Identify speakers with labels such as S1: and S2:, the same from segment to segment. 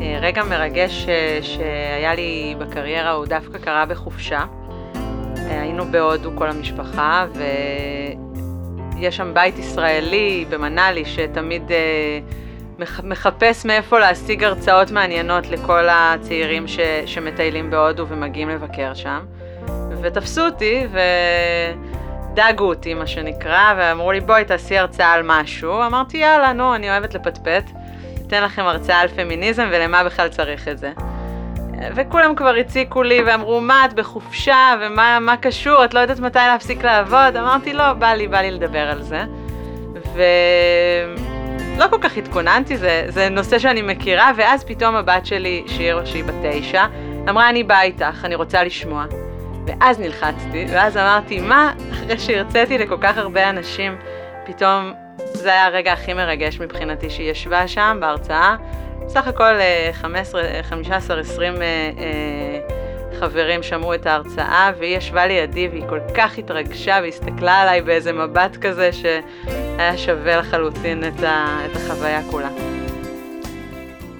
S1: אה, רגע מרגש ש- שהיה לי בקריירה הוא דווקא קרה בחופשה. אה, היינו בהודו כל המשפחה, ויש שם בית ישראלי במנאלי שתמיד אה, מח- מחפש מאיפה להשיג הרצאות מעניינות לכל הצעירים ש- שמטיילים בהודו ומגיעים לבקר שם. ותפסו אותי ודאגו אותי, מה שנקרא, ואמרו לי, בואי תעשי הרצאה על משהו. אמרתי, יאללה, נו, אני אוהבת לפטפט. אתן לכם הרצאה על פמיניזם ולמה בכלל צריך את זה. וכולם כבר הציקו לי ואמרו, מה, את בחופשה, ומה מה קשור, את לא יודעת מתי להפסיק לעבוד? אמרתי, לא, בא לי, בא לי לדבר על זה. ולא כל כך התכוננתי, זה, זה נושא שאני מכירה, ואז פתאום הבת שלי, שיר, שהיא בת תשע, אמרה, אני באה איתך, אני רוצה לשמוע. ואז נלחצתי, ואז אמרתי, מה, אחרי שהרציתי לכל כך הרבה אנשים, פתאום זה היה הרגע הכי מרגש מבחינתי, שהיא ישבה שם בהרצאה, בסך הכל אה, 15-20 אה, חברים שמעו את ההרצאה, והיא ישבה לידי והיא כל כך התרגשה והסתכלה עליי באיזה מבט כזה שהיה שווה לחלוטין את, ה, את החוויה כולה.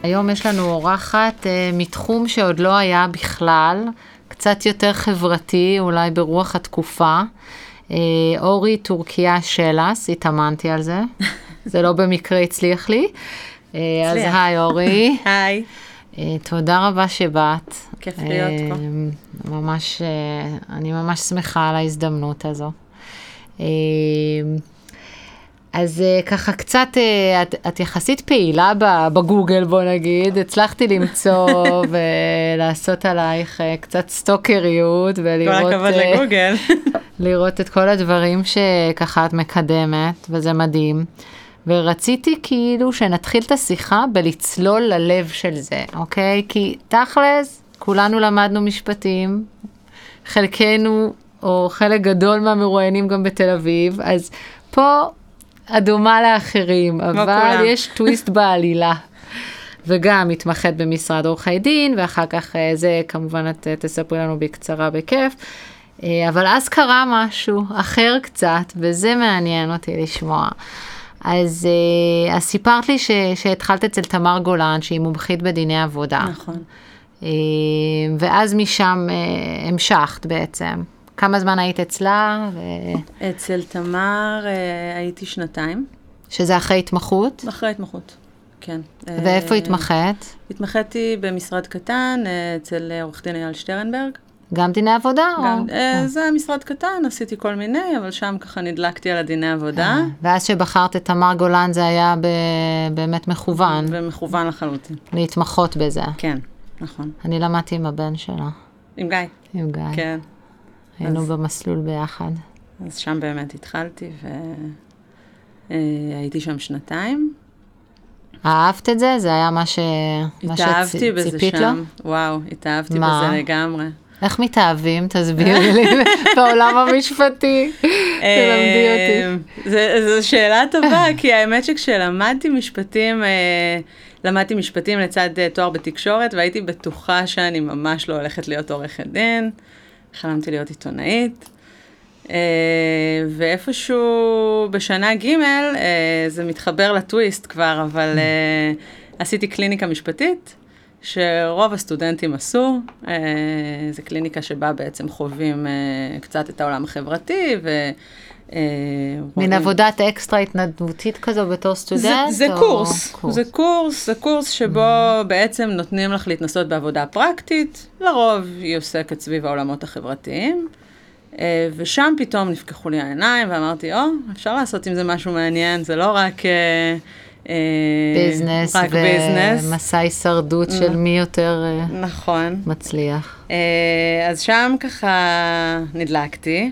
S2: היום יש לנו אורחת אה, מתחום שעוד לא היה בכלל, קצת יותר חברתי, אולי ברוח התקופה. אה, אורי טורקיה שלס, התאמנתי על זה, זה לא במקרה הצליח לי. אה, אז
S3: הצליח.
S2: היי אורי,
S3: היי,
S2: אה, תודה רבה שבאת.
S3: כיף להיות פה.
S2: פה. ממש, אה, אני ממש שמחה על ההזדמנות הזו. אה, אז אה, ככה קצת, אה, את, את יחסית פעילה ב- בגוגל, בוא נגיד, הצלחתי למצוא ולעשות עלייך אה, קצת סטוקריות
S3: כל
S2: ולראות
S3: הכבוד
S2: אה,
S3: לגוגל.
S2: לראות את כל הדברים שככה את מקדמת, וזה מדהים. ורציתי כאילו שנתחיל את השיחה בלצלול ללב של זה, אוקיי? כי תכלס, כולנו למדנו משפטים, חלקנו, או חלק גדול מהמרואיינים גם בתל אביב, אז פה אדומה לאחרים, אבל
S3: כולם.
S2: יש טוויסט בעלילה. וגם מתמחת במשרד עורכי דין, ואחר כך אה, זה כמובן את אה, תספרי לנו בקצרה בכיף. אה, אבל אז קרה משהו אחר קצת, וזה מעניין אותי לשמוע. אז, אה, אז סיפרת לי ש, שהתחלת אצל תמר גולן, שהיא מומחית בדיני עבודה.
S3: נכון.
S2: אה, ואז משם אה, המשכת בעצם. כמה זמן היית אצלה, ו...
S3: אצל תמר אה, הייתי שנתיים,
S2: שזה אחרי התמחות?
S3: אחרי התמחות, כן. אה,
S2: ואיפה התמחת?
S3: התמחיתי במשרד קטן אה, אצל אה, עורך דין אייל שטרנברג.
S2: גם דיני עבודה? או-
S3: גם, אה, זה היה משרד קטן, עשיתי כל מיני, אבל שם ככה נדלקתי על הדיני עבודה.
S2: ואז שבחרת את תמר גולן זה היה ב... באמת מכוון,
S3: ומכוון לחלוטין.
S2: להתמחות בזה.
S3: כן, נכון.
S2: אני למדתי עם הבן שלה,
S3: עם גיא,
S2: עם גיא,
S3: כן.
S2: היינו במסלול ביחד.
S3: אז שם באמת התחלתי, והייתי שם שנתיים.
S2: אהבת את זה? זה היה מה ש... מה
S3: התאהבתי
S2: שצ-
S3: בזה
S2: ציפית לו?
S3: שם. וואו, התאהבתי
S2: מה?
S3: בזה לגמרי.
S2: איך מתאהבים? תסבירי לי, בעולם המשפטי.
S3: אה,
S2: תלמדי אותי.
S3: אותי. זו שאלה טובה, כי האמת שכשלמדתי משפטים, אה, למדתי משפטים לצד אה, תואר בתקשורת, והייתי בטוחה שאני ממש לא הולכת להיות עורכת דין. חלמתי להיות עיתונאית. אה, ואיפשהו בשנה ג' אה, זה מתחבר לטוויסט כבר, אבל אה, עשיתי קליניקה משפטית. שרוב הסטודנטים עשו, אה, זו קליניקה שבה בעצם חווים אה, קצת את העולם החברתי ו... אה,
S2: מין
S3: רואים-
S2: עבודת אקסטרה התנדבותית כזו בתור סטודנט?
S3: זה, זה
S2: או-
S3: קורס, זה אה, קורס, זה קורס שבו mm. בעצם נותנים לך להתנסות בעבודה פרקטית, לרוב היא עוסקת סביב העולמות החברתיים, אה, ושם פתאום נפקחו לי העיניים ואמרתי, או, אפשר לעשות עם זה משהו מעניין, זה לא רק... אה, אה,
S2: ביזנס
S3: רק ביזנס. Mm.
S2: ומסע הישרדות של מי יותר אה,
S3: נכון.
S2: מצליח.
S3: אה, אז שם ככה נדלקתי,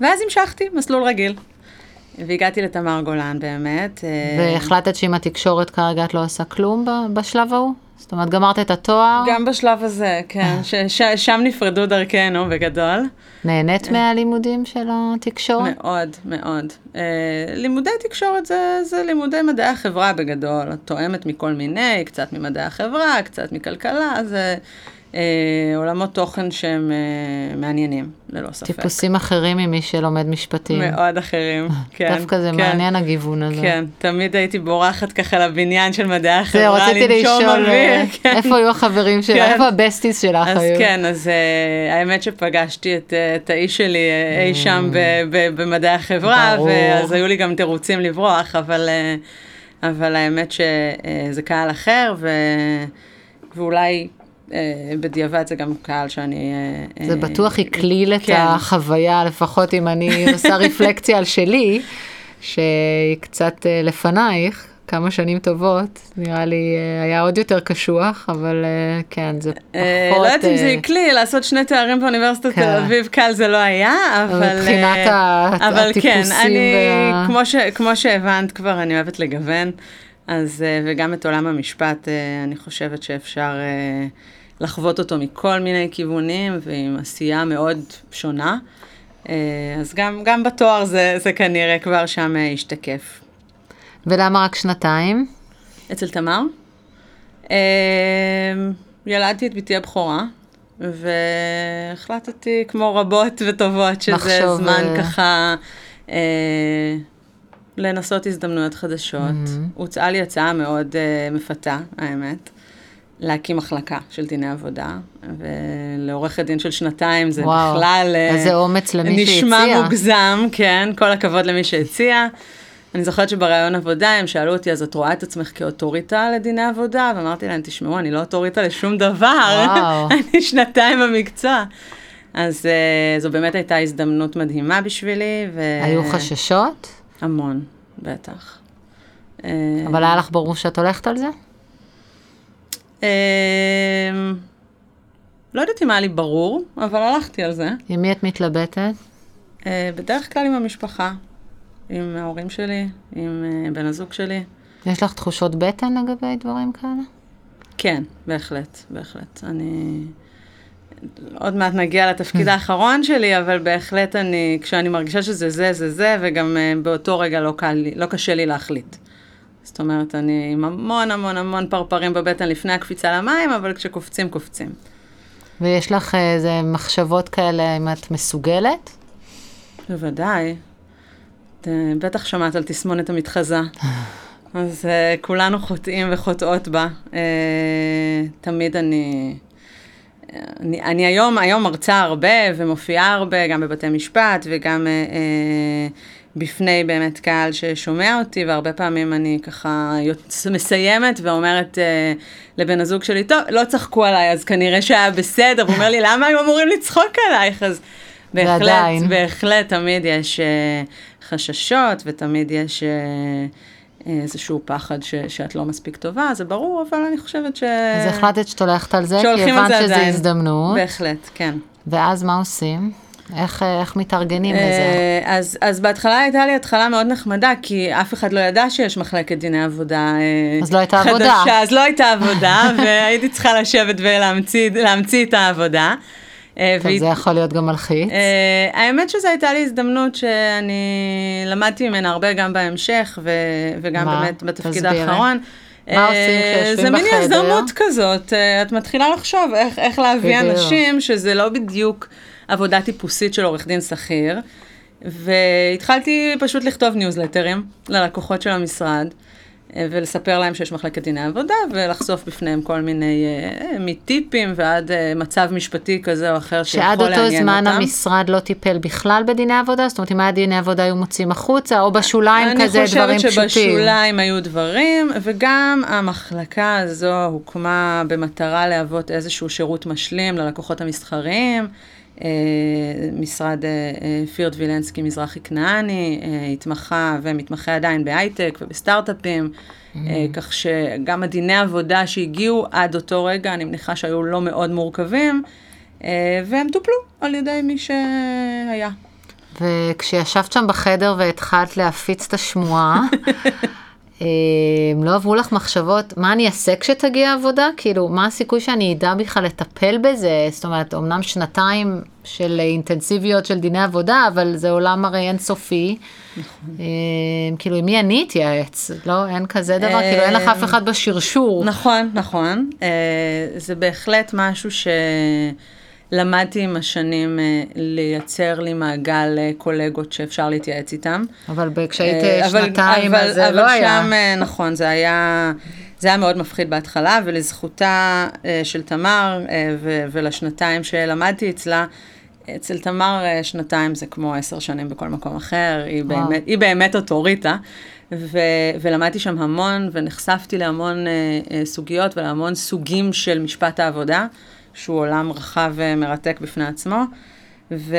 S3: ואז המשכתי, מסלול רגיל. והגעתי לתמר גולן באמת. אה,
S2: והחלטת שעם התקשורת כרגע את לא עושה כלום ב- בשלב ההוא? זאת אומרת, גמרת את התואר,
S3: גם בשלב הזה,
S2: אה.
S3: כן, ש- ש- שם נפרדו דרכנו בגדול.
S2: נהנית מהלימודים של התקשורת?
S3: כן. מאוד, מאוד. אה, לימודי תקשורת זה, זה לימודי מדעי החברה בגדול. את תואמת מכל מיני, קצת ממדעי החברה, קצת מכלכלה, זה אה, עולמות תוכן שהם אה, מעניינים, ללא ספק.
S2: טיפוסים אחרים ממי שלומד משפטים.
S3: מאוד אחרים, כן.
S2: דווקא זה
S3: כן,
S2: מעניין הגיוון הזה.
S3: כן, תמיד הייתי בורחת ככה לבניין של מדעי
S2: זהו,
S3: החברה,
S2: רציתי
S3: לנשום
S2: לשאול אה,
S3: אוויר. כן.
S2: איפה היו החברים שלך,
S3: כן.
S2: איפה הבסטיס שלך היו.
S3: אז כן, אז אה, האמת שפגשתי את אה, את האיש שלי אה, אי שם ב- ב- במדעי החברה,
S2: Mm. ברור.
S3: ואז היו לי גם תירוצים לברוח, אבל אה, אבל האמת שזה קהל אחר, ו- ואולי אה, בדיעבד זה גם קהל שאני... אה,
S2: זה
S3: אה,
S2: בטוח יקליל את
S3: כן.
S2: החוויה, לפחות אם אני עושה רפלקציה על שלי, שהיא קצת אה, לפנייך, כמה שנים טובות, נראה לי אה, היה עוד יותר קשוח, אבל אה, כן, זה פחות...
S3: אה, לא יודעת אם זה
S2: אה,
S3: יקלי, לעשות שני תארים באוניברסיטת
S2: כן.
S3: תל אביב קל זה לא היה, אבל...
S2: מבחינת
S3: אה,
S2: ה-
S3: אבל כן,
S2: הטיפוסים
S3: אני,
S2: וה-
S3: כמו ש- כמו שהבנת כבר, אני אוהבת לגוון, אז, אה, וגם את עולם המשפט, אה, אני חושבת שאפשר אה, לחוות אותו מכל מיני כיוונים, ועם עשייה מאוד שונה. אה, אז גם, גם בתואר זה, זה כנראה כבר שם אה, השתקף.
S2: ולמה רק שנתיים?
S3: אצל תמר. אמ, ילדתי את בתי הבכורה, והחלטתי, כמו רבות וטובות, שזה
S2: לחשוב,
S3: זמן
S2: אה,
S3: ככה אה, לנסות הזדמנויות חדשות.
S2: Mm-hmm.
S3: הוצעה לי הצעה מאוד אה, מפתה, האמת. להקים מחלקה של דיני עבודה, ולעורכת דין של שנתיים זה
S2: וואו,
S3: בכלל... אה,
S2: איזה אומץ למי שהציע.
S3: נשמע מוגזם, כן, כל הכבוד למי שהציע. אני זוכרת שבראיון עבודה הם שאלו אותי, אז את רואה את עצמך כאוטוריטה לדיני עבודה? ואמרתי להם, תשמעו, אני לא אוטוריטה לשום דבר,
S2: וואו.
S3: אני שנתיים במקצוע. אז אה, זו באמת הייתה הזדמנות מדהימה בשבילי, ו...
S2: היו חששות?
S3: אה. המון, בטח. אה,
S2: אבל היה לך ברור שאת הולכת על זה?
S3: אה, לא יודעת אם היה לי ברור, אבל הלכתי על זה.
S2: עם מי את מתלבטת?
S3: אה, בדרך כלל עם המשפחה, עם ההורים שלי, עם אה, בן הזוג שלי.
S2: יש לך תחושות בטן לגבי דברים כאלה?
S3: כן, בהחלט, בהחלט. אני... עוד מעט נגיע לתפקיד האחרון שלי, אבל בהחלט אני, כשאני מרגישה שזה זה, זה זה, וגם אה, באותו רגע לא, קל, לי- לא קשה לי להחליט. זאת אומרת, אני עם המון המון המון פרפרים בבטן לפני הקפיצה למים, אבל כשקופצים, קופצים.
S2: ויש לך אה, איזה מחשבות כאלה אם את מסוגלת?
S3: בוודאי. את, אה, בטח שמעת על תסמונת המתחזה. אז אה, כולנו חוטאים וחוטאות בה. אה, תמיד אני... אני, אני היום, היום מרצה הרבה ומופיעה הרבה, גם בבתי משפט וגם אה, אה, בפני באמת קהל ששומע אותי, והרבה פעמים אני ככה יוצ... מסיימת ואומרת אה, לבן הזוג שלי, טוב, לא צחקו עליי, אז כנראה שהיה בסדר, והוא אומר לי, למה הם אמורים לצחוק עלייך? אז בהחלט,
S2: ועדיין.
S3: בהחלט, תמיד יש אה, חששות ותמיד יש... אה, איזשהו פחד ש, שאת לא מספיק טובה, זה ברור, אבל אני חושבת ש...
S2: אז החלטת שאת הולכת על זה, כי
S3: שהולכים על
S2: הבנת
S3: זה
S2: שזו
S3: עדיין.
S2: הזדמנות,
S3: בהחלט, כן.
S2: ואז מה עושים? איך, אה, איך מתארגנים לזה?
S3: אה, אז, אז בהתחלה הייתה לי התחלה מאוד נחמדה, כי אף אחד לא ידע שיש מחלקת דיני עבודה אה,
S2: אז לא הייתה
S3: חדשה,
S2: עבודה.
S3: אז לא הייתה עבודה, והייתי צריכה לשבת ולהמציא להמציא את העבודה. אה,
S2: טוב,
S3: והיא-
S2: זה יכול להיות גם מלחיץ.
S3: אה, האמת שזו הייתה לי הזדמנות שאני למדתי ממנה הרבה גם בהמשך, ו, וגם
S2: מה?
S3: באמת בתפקיד
S2: תסבירי.
S3: האחרון.
S2: מה עושים
S3: אה,
S2: כשיושבים
S3: זה
S2: בחדר?
S3: מיני יזמות כזאת, אה, את מתחילה לחשוב איך, איך להביא
S2: בדיוק.
S3: אנשים שזה לא בדיוק עבודה טיפוסית של עורך דין שכיר. והתחלתי פשוט לכתוב ניוזלטרים ללקוחות של המשרד, אה, ולספר להם שיש מחלקת דיני עבודה, ולחשוף בפניהם כל מיני, אה, מטיפים ועד אה, מצב משפטי כזה או אחר שיכול לעניין
S2: שעד
S3: אותם.
S2: אותו זמן המשרד לא טיפל בכלל בדיני עבודה? זאת אומרת, אם היה דיני עבודה היו מוצאים החוצה, או בשוליים כזה דברים
S3: אני חושבת
S2: פשוטים.
S3: שבשוליים היו דברים, וגם המחלקה הזו הוקמה במטרה להוות איזשהו שירות משלים ללקוחות המסחריים. אה, משרד אה, אה, פירט וילנסקי מזרחי כנעני אה, התמחה ומתמחה עדיין בהייטק ובסטארט-אפים,
S2: Mm-hmm.
S3: אה, כך שגם הדיני עבודה שהגיעו עד אותו רגע, אני מניחה שהיו לא מאוד מורכבים, אה, והם טופלו על ידי מי שהיה.
S2: וכשישבת שם בחדר והתחלת להפיץ את השמועה, הם אה, לא עברו לך מחשבות, מה אני אעשה כשתגיע העבודה? כאילו, מה הסיכוי שאני אדע בכלל לטפל בזה? זאת אומרת, אמנם שנתיים של אינטנסיביות של דיני עבודה, אבל זה עולם הרי אינסופי.
S3: נכון.
S2: אה, כאילו, עם מי אני אתייעץ? לא, אין כזה דבר, כאילו, אין לך אף אחד בשרשור.
S3: אה, נכון, נכון. אה, זה בהחלט משהו שלמדתי עם השנים אה, לייצר לי מעגל אה, קולגות שאפשר להתייעץ איתם.
S2: אבל ב- כשהיית
S3: אה, אבל-
S2: שנתיים,
S3: אבל-
S2: אז זה לא היה.
S3: אבל שם, אה, נכון, זה היה, זה היה מאוד מפחיד בהתחלה, ולזכותה אה, של תמר אה, ו- ולשנתיים שלמדתי אצלה, אצל תמר אה, שנתיים זה כמו עשר שנים בכל מקום אחר, היא
S2: וואו.
S3: באמת, היא באמת אוטוריטה. ו- ולמדתי שם המון, ונחשפתי להמון אה, אה, סוגיות ולהמון סוגים של משפט העבודה, שהוא עולם רחב ומרתק בפני עצמו. ו...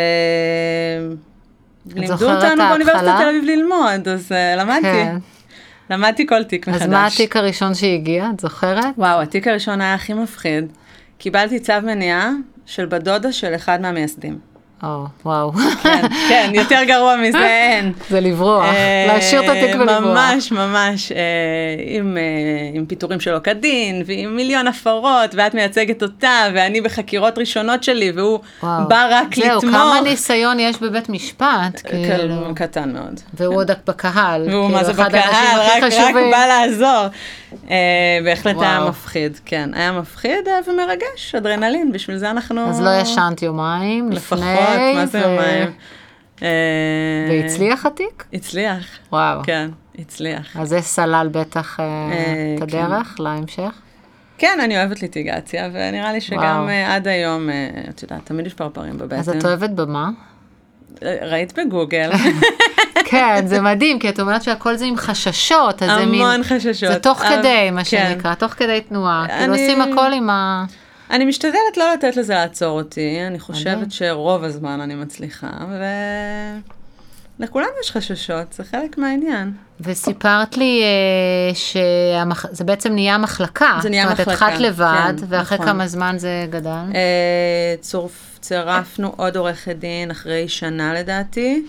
S3: לימדו
S2: זוכרת
S3: אותנו
S2: ההתחלה?
S3: באוניברסיטת תל אביב ללמוד, אז אה, למדתי.
S2: כן.
S3: למדתי כל תיק מחדש.
S2: אז מה התיק הראשון שהגיע, את זוכרת?
S3: וואו, התיק הראשון היה הכי מפחיד. קיבלתי צו מניעה של בת דודה של אחד מהמייסדים.
S2: או, וואו.
S3: כן, כן, יותר גרוע מזה אין.
S2: זה לברוח,
S3: אה,
S2: להשאיר את התיק ולברוח.
S3: ממש, ממש, אה, עם, אה, עם פיטורים שלא כדין, ועם מיליון הפרות, ואת מייצגת אותה, ואני בחקירות ראשונות שלי, והוא
S2: וואו.
S3: בא רק לתמוך.
S2: זהו, כמה ניסיון יש בבית משפט, כאילו.
S3: כן, קטן מאוד.
S2: והוא עוד בקהל.
S3: והוא
S2: כאילו,
S3: מה זה
S2: אחד האנשים
S3: בקהל,
S2: הכי
S3: רק, רק
S2: חשובים.
S3: בא לעזור. אה, בהחלט היה
S2: וואו.
S3: מפחיד, כן, היה מפחיד אה, ומרגש, אדרנלין, בשביל זה אנחנו...
S2: אז לא ישנת יומיים
S3: לפחות,
S2: לפני.
S3: מה זה
S2: ו-
S3: יומיים. אה,
S2: והצליח התיק?
S3: הצליח,
S2: וואו.
S3: כן, הצליח.
S2: אז זה סלל בטח אה,
S3: אה,
S2: את
S3: כן.
S2: הדרך להמשך.
S3: כן, אני אוהבת ליטיגציה, ונראה לי
S2: וואו.
S3: שגם אה, עד היום, אה, את יודעת, תמיד יש פרפרים בבטן.
S2: אז את אוהבת במה?
S3: אה, ראית בגוגל,
S2: כן, זה מדהים, כי את אומרת שהכל זה עם חששות, אז זה מין...
S3: המון חששות.
S2: זה תוך
S3: אה,
S2: כדי, מה
S3: כן.
S2: שנקרא, תוך כדי תנועה. כאילו
S3: אני-
S2: עושים הכל עם ה...
S3: אני משתדלת לא לתת לזה לעצור אותי, אני
S2: מדהים.
S3: חושבת שרוב הזמן אני מצליחה, ו... לכולם יש חששות, זה חלק מהעניין.
S2: וסיפרת לי אה, שהמח... זה בעצם נהיה מחלקה.
S3: זה נהיה
S2: זאת אומרת,
S3: מחלקה,
S2: התחלת לבד,
S3: כן,
S2: ואחרי
S3: נכון.
S2: כמה זמן זה גדל?
S3: אה, צורף, צירפנו עוד עורכת דין אחרי שנה לדעתי,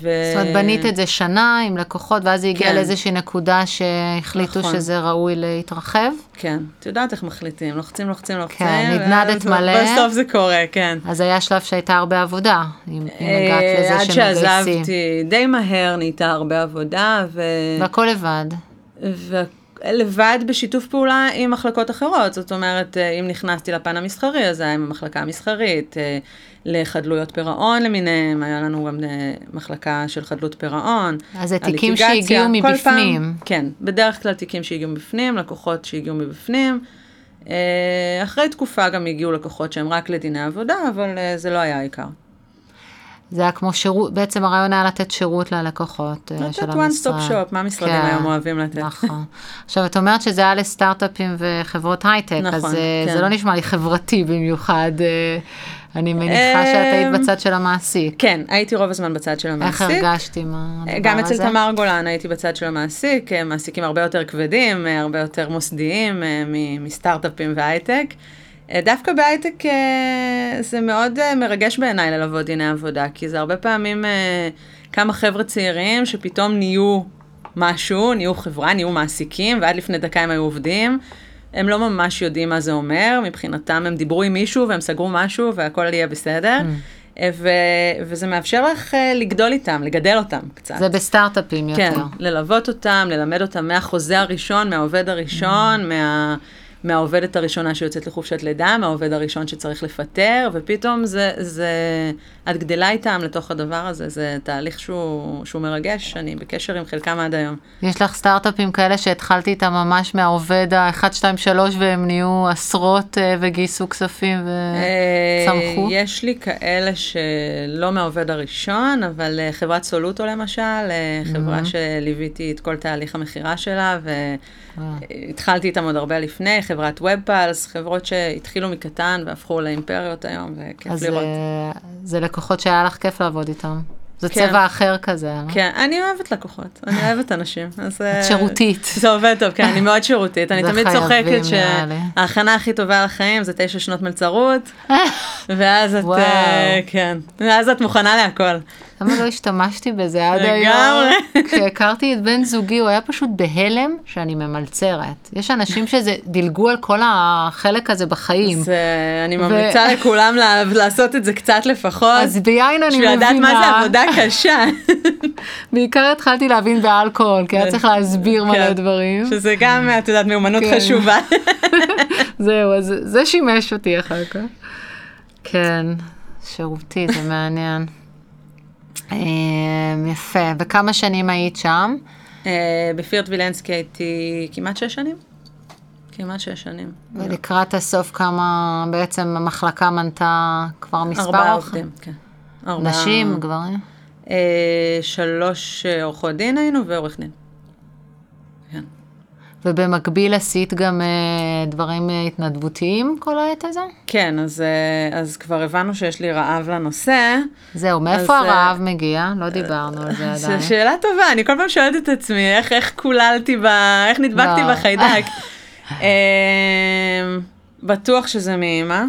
S3: ו...
S2: זאת אומרת, בנית את זה שנה עם לקוחות, ואז זה הגיע
S3: אה, כן.
S2: לאיזושהי נקודה שהחליטו
S3: נכון.
S2: שזה ראוי להתרחב.
S3: כן, את יודעת איך מחליטים, לוחצים, לוחצים, לוחצים.
S2: כן, נדנדת
S3: ואז
S2: מלא.
S3: בסוף זה קורה, כן.
S2: אז היה שלב שהייתה הרבה עבודה, אם אם הגעת
S3: אה,
S2: לזה
S3: עד
S2: שמגייסים.
S3: שעזבתי, די מהר נהייתה הרבה עבודה, ו...
S2: והכל לבד.
S3: ולבד בשיתוף פעולה עם מחלקות אחרות. זאת אומרת, אה, אם נכנסתי לפן המסחרי, אז זה היה עם המחלקה המסחרית, אה, לחדלויות פירעון למיניהם, היה לנו גם אה, מחלקה של חדלות פירעון.
S2: אז זה תיקים
S3: הליטיגציה,
S2: שהגיעו
S3: כל
S2: מבפנים.
S3: פעם- כן, בדרך כלל תיקים שהגיעו מבפנים, לקוחות שהגיעו מבפנים. אה, אחרי תקופה גם הגיעו לקוחות שהם רק לדיני עבודה, אבל אה, זה לא היה העיקר.
S2: זה היה כמו שירות, בעצם הרעיון היה לתת שירות ללקוחות אה, של
S3: לתת
S2: המשרד.
S3: one stop shop, מה המשרדים
S2: כן,
S3: היום אוהבים לתת?
S2: נכון. עכשיו, את אומרת שזה היה לסטארט-אפים וחברות הייטק, אז
S3: נכון,
S2: אה,
S3: כן.
S2: זה לא נשמע לי חברתי במיוחד. אה, אני מניחה שאת היית
S3: אמ,
S2: בצד של המעסיק.
S3: כן, הייתי רוב הזמן בצד של
S2: איך
S3: המעסיק.
S2: הרגשת עם הדבר הזה?
S3: אה, גם אצל תמר גולן הייתי בצד של המעסיק, אה, מעסיקים הרבה יותר כבדים, אה, הרבה יותר מוסדיים אה, מ- מסטארט-אפים והייטק. אה, דווקא בהייטק אה, זה מאוד אה, מרגש בעיניי ללוות דיני עבודה, כי זה הרבה פעמים אה, כמה חבר'ה צעירים שפתאום נהיו משהו, נהיו חברה, נהיו מעסיקים, ועד לפני דקה הם היו עובדים. הם לא ממש יודעים מה זה אומר, מבחינתם הם דיברו עם מישהו והם סגרו משהו והכל יהיה בסדר. אה, ו- וזה מאפשר לך אה, לגדול איתם, לגדל אותם קצת.
S2: זה בסטארט-אפים יותר.
S3: כן, ללוות אותם, ללמד אותם מהחוזה הראשון, מהעובד הראשון, מה... מהעובדת הראשונה שיוצאת לחופשת לידה, מהעובד הראשון שצריך לפטר, ופתאום זה, זה, את גדלה איתם לתוך הדבר הזה, זה תהליך שהוא, שהוא מרגש, אני בקשר עם חלקם עד היום.
S2: יש לך סטארט-אפים כאלה שהתחלתי איתם ממש מהעובד ה-1, 2, 3, והם נהיו עשרות אה, וגייסו כספים וצמחו?
S3: אה, יש לי כאלה שלא מהעובד הראשון, אבל אה, חברת סולוטו למשל, אה, חברה
S2: Mm-hmm.
S3: שליוויתי את כל תהליך המכירה שלה,
S2: אה.
S3: והתחלתי איתם עוד הרבה לפני, חברת ובפלס, חברות שהתחילו מקטן והפכו לאימפריות היום, זה כיף
S2: אז
S3: לראות.
S2: אה, זה לקוחות שהיה לך כיף לעבוד איתם. זה
S3: כן.
S2: צבע אחר כזה, לא?
S3: כן, אני אוהבת לקוחות, אני אוהבת אנשים, אז... אה,
S2: את שירותית.
S3: זה עובד טוב, כן, אני מאוד שירותית. אני
S2: זה
S3: תמיד
S2: חייבים,
S3: צוחקת
S2: נראה לי.
S3: שההכנה הכי טובה לחיים זה תשע שנות מלצרות, ואז את,
S2: וואו.
S3: אה, כן, ואז את מוכנה להכל.
S2: למה לא השתמשתי בזה עד היום?
S3: לגמרי.
S2: כשהכרתי את בן זוגי, הוא היה פשוט בהלם שאני ממלצרת. יש אנשים שזה, דילגו על כל החלק הזה בחיים.
S3: אז אה, אני ממליצה לכולם לה- לעשות את זה קצת לפחות.
S2: אז ביין אני
S3: בשביל
S2: מבינה.
S3: לדעת מה זה עבודה קשה.
S2: בעיקר התחלתי להבין באלכוהול, כי היה צריך להסביר מלא
S3: כן.
S2: דברים.
S3: שזה גם, את יודעת, מיומנות
S2: כן.
S3: חשובה.
S2: זהו, אז זה שימש אותי אחר כך. כן, שירותי, זה מעניין. אמ, יפה, וכמה שנים היית שם?
S3: אה, בפירט וילנסקי הייתי כמעט שש שנים. כמעט שש שנים.
S2: ולקראת הסוף כמה, בעצם המחלקה מנתה כבר מספר
S3: ארבעה
S2: אורח-
S3: עובדים, כן. ארבעה-
S2: נשים, גברים.
S3: אה, שלוש אה, עורכות דין היינו ועורך דין. כן.
S2: ובמקביל עשית גם אה, דברים אה, התנדבותיים כל העת הזו?
S3: כן, אז, אה, אז כבר הבנו שיש לי רעב לנושא.
S2: זהו, מאיפה
S3: אז, אה,
S2: הרעב מגיע? לא דיברנו על זה
S3: ש-
S2: עדיין.
S3: שאלה טובה, אני כל פעם שואלת את עצמי, איך, איך קוללתי ב... איך נדבקתי
S2: לא.
S3: בחיידק. אמ, בטוח שזה מאימא.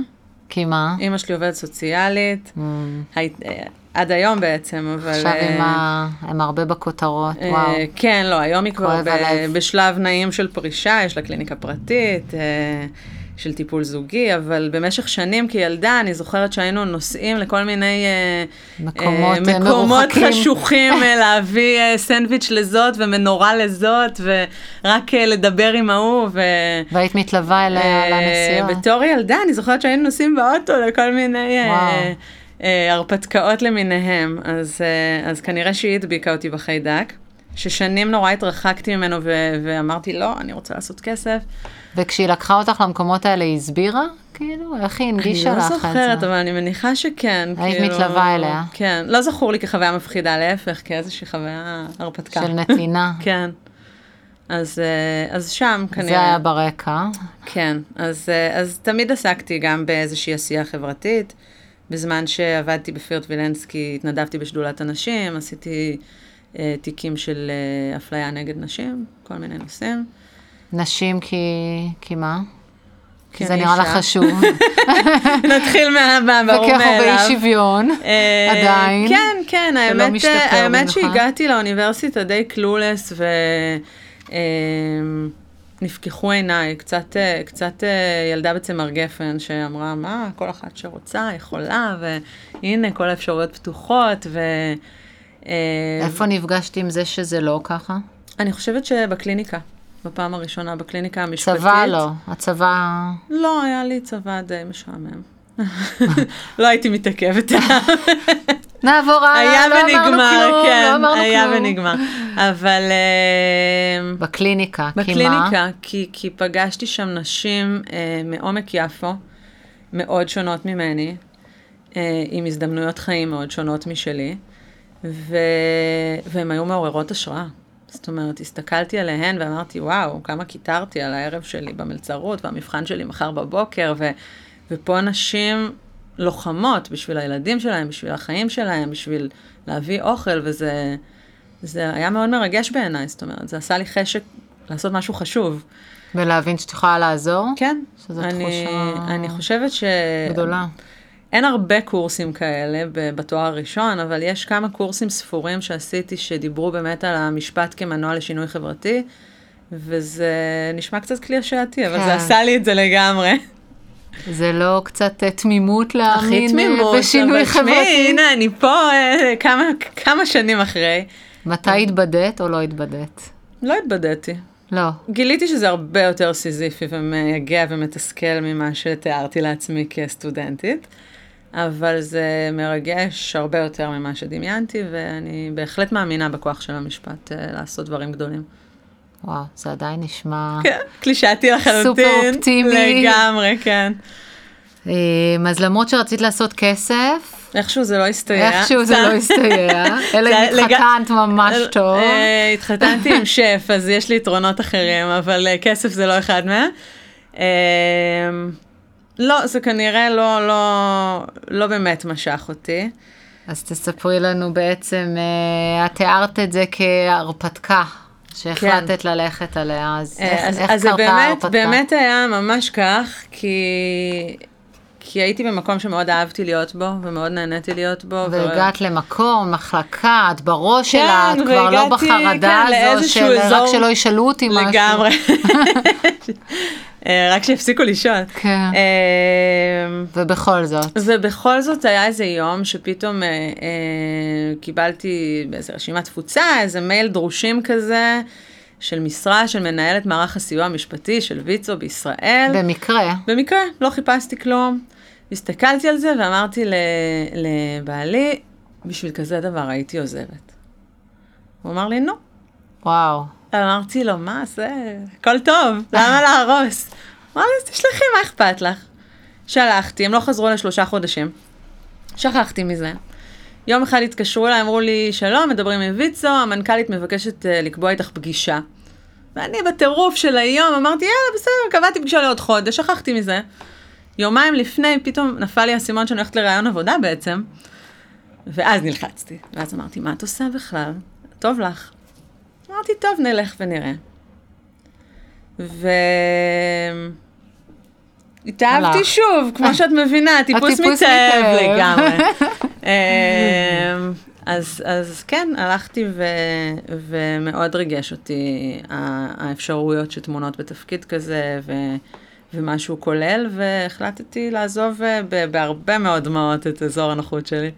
S2: כי מה?
S3: אימא שלי עובדת סוציאלית,
S2: אמ,
S3: היית, אה, עד היום בעצם, אבל...
S2: עכשיו
S3: אה,
S2: הם ה- הם הרבה בכותרות,
S3: אה,
S2: וואו.
S3: כן, לא, היום היא כבר
S2: כואב
S3: ב-
S2: הלב.
S3: בשלב נעים של פרישה, יש לה קליניקה פרטית, אה, של טיפול זוגי, אבל במשך שנים כילדה, אני זוכרת שהיינו נוסעים לכל מיני אה,
S2: מקומות,
S3: אה,
S2: אה,
S3: מקומות
S2: מרוחקים.
S3: חשוכים, אה, להביא אה, סנדוויץ' לזאת ומנורה לזאת, ורק אה, לדבר עם ההוא, ו...
S2: והיית מתלווה אליה
S3: אה,
S2: לנסיעה.
S3: בתור ילדה, אני זוכרת שהיינו נוסעים באוטו לכל מיני אה,
S2: וואו.
S3: אה, הרפתקאות למיניהם, אז, אה, אז כנראה שהיא הדביקה אותי בחיידק, ששנים נורא התרחקתי ממנו ו- ואמרתי, לא, אני רוצה לעשות כסף.
S2: וכשהיא לקחה אותך למקומות האלה, היא הסבירה? כאילו, איך היא
S3: אני
S2: הנגישה
S3: לא
S2: לך את זה?
S3: זוכרת, אבל אני מניחה שכן. כאילו,
S2: היית מתלווה אליה.
S3: כן, לא זכור לי כחוויה מפחידה, להפך, כאיזושהי חוויה הרפתקה.
S2: של נתינה.
S3: כן. אז, אה, אז שם כנראה.
S2: זה היה ברקע.
S3: כן, אז, אה, אז תמיד עסקתי גם באיזושהי עשייה חברתית. בזמן שעבדתי בפירט וילנסקי, התנדבתי בשדולת הנשים, עשיתי אה, תיקים של אה, אפליה נגד נשים, כל מיני נושאים.
S2: נשים כי... כי מה? כי
S3: כן,
S2: זה
S3: אני
S2: נראה לך
S3: אישה.
S2: חשוב.
S3: נתחיל מה- מהברור
S2: וכי אנחנו
S3: מאליו.
S2: באי שוויון.
S3: אה,
S2: עדיין.
S3: כן, כן,
S2: שלא
S3: האמת,
S2: משתפר נכון?
S3: אה, האמת
S2: במיוחד.
S3: שהגעתי לאוניברסיטה די קלולס ו... אמ, נפקחו עיניי, קצת, אה, קצת אה, ילדה בצמר גפן שאמרה, מה, כל אחת שרוצה יכולה, והנה, כל האפשרויות פתוחות, ו... אה,
S2: איפה נפגשת עם זה שזה לא ככה?
S3: אני חושבת שבקליניקה, בפעם הראשונה בקליניקה המשפטית.
S2: צבא לא. הצבא...
S3: לא, היה לי צבא די משעמם. לא הייתי מתעכבת עליו.
S2: נעבור הלאה,
S3: היה
S2: לא אמרנו
S3: ונגמר,
S2: כלום, לא
S3: כן,
S2: אמרנו כלום.
S3: היה ונגמר. אבל אה,
S2: בקליניקה, כי מה?
S3: בקליניקה, כי- כי פגשתי שם נשים אה, מעומק יפו, מאוד שונות ממני, אה, עם הזדמנויות חיים מאוד שונות משלי, ו- והן היו מעוררות השראה. זאת אומרת, הסתכלתי עליהן ואמרתי, וואו, כמה קיטרתי על הערב שלי במלצרות, והמבחן שלי מחר בבוקר, ו- ופה נשים לוחמות בשביל הילדים שלהם, בשביל החיים שלהם, בשביל להביא אוכל, וזה... זה היה מאוד מרגש בעיניי, זאת אומרת, זה עשה לי חשק לעשות משהו חשוב.
S2: ולהבין שאת יכולה לעזור?
S3: כן.
S2: שזו
S3: אני,
S2: תחושה
S3: אני חושבת ש...
S2: גדולה.
S3: אין הרבה קורסים כאלה ב- בתואר הראשון, אבל יש כמה קורסים ספורים שעשיתי שדיברו באמת על המשפט כמנוע לשינוי חברתי, וזה נשמע קצת קלישאתי, אבל
S2: כן.
S3: זה עשה לי את זה לגמרי.
S2: זה לא קצת אה, תמימות
S3: הכי
S2: להאמין אה,
S3: תמימות,
S2: בשינוי
S3: אבל תשמעי,
S2: חברתי?
S3: הנה, אני פה אה, כמה, כמה שנים אחרי.
S2: מתי התבדית או לא התבדית?
S3: לא התבדיתי.
S2: לא.
S3: גיליתי שזה הרבה יותר סיזיפי ומייגע ומתסכל ממה שתיארתי לעצמי כסטודנטית, אבל זה מרגש הרבה יותר ממה שדמיינתי, ואני בהחלט מאמינה בכוח של המשפט אה, לעשות דברים גדולים.
S2: וואו, זה עדיין נשמע...
S3: כן, קלישאתי לחלוטין.
S2: סופר אופטימי.
S3: לגמרי, כן.
S2: אמ, אז למרות שרצית לעשות כסף,
S3: איכשהו זה לא הסתייע.
S2: איכשהו זה
S3: סתם.
S2: לא הסתייע, אלא אם
S3: זה- לג-
S2: התחתנת ממש
S3: אה,
S2: טוב.
S3: אה, התחתנתי עם שף, אז יש לי יתרונות אחרים, אבל אה, כסף זה לא אחד מהם. אה, לא, זה כנראה לא, לא, לא באמת משך אותי.
S2: אז תספרי לנו בעצם, אה, את תיארת את זה כהרפתקה, שהחלטת ללכת עליה, אז
S3: כן. אה,
S2: איך
S3: אז,
S2: איך
S3: אז זה
S2: קרתה
S3: באמת,
S2: ההרפתקה?
S3: באמת היה ממש כך, כי כי הייתי במקום שמאוד אהבתי להיות בו, ומאוד נהניתי להיות בו. ו-
S2: והגעת למקום, מחלקה, את בראש
S3: כן,
S2: שלה, את כבר לא
S3: והגעתי,
S2: בחרדה
S3: כן,
S2: הזו,
S3: לאיזשהו
S2: של רק
S3: אזור
S2: שלא ישאלו אותי משהו.
S3: לגמרי. אה, רק שיפסיקו לשאול.
S2: כן.
S3: אה,
S2: ובכל זאת,
S3: ובכל זאת היה איזה יום שפתאום אה, אה, קיבלתי באיזה רשימת תפוצה, איזה מייל דרושים כזה, של משרה של מנהלת מערך הסיוע המשפטי של ויצו בישראל.
S2: במקרה,
S3: במקרה, לא חיפשתי כלום. הסתכלתי על זה ואמרתי ל- לבעלי, בשביל כזה דבר הייתי עוזבת. הוא אמר לי, נו.
S2: וואו.
S3: אמרתי לו, מה זה? הכל טוב, למה להרוס? אמר לי, אז תשלחי, מה אכפת לך? שלחתי, הם לא חזרו לשלושה חודשים. שכחתי מזה. יום אחד התקשרו אליי, אמרו לי, שלום, מדברים עם ויצו, המנכ"לית מבקשת אה, לקבוע איתך פגישה. ואני בטירוף של היום אמרתי, יאללה, בסדר, קבעתי פגישה לעוד חודש, שכחתי מזה. יומיים לפני, פתאום נפל לי האסימון שאני הולכת לראיון עבודה בעצם, ואז נלחצתי. ואז אמרתי, מה את עושה בכלל? טוב לך. אמרתי, טוב, נלך ונראה. ו... התאהבתי
S2: הלך.
S3: שוב, כמו שאת מבינה, טיפוס
S2: הטיפוס
S3: מתאהב
S2: מתאהב.
S3: לגמרי. אמ, אז, אז כן, הלכתי ו, ומאוד ריגש אותי ה- האפשרויות שטמונות בתפקיד כזה ו, ומה שהוא כולל, והחלטתי לעזוב אה, ב, בהרבה מאוד דמעות את אזור הנוחות שלי.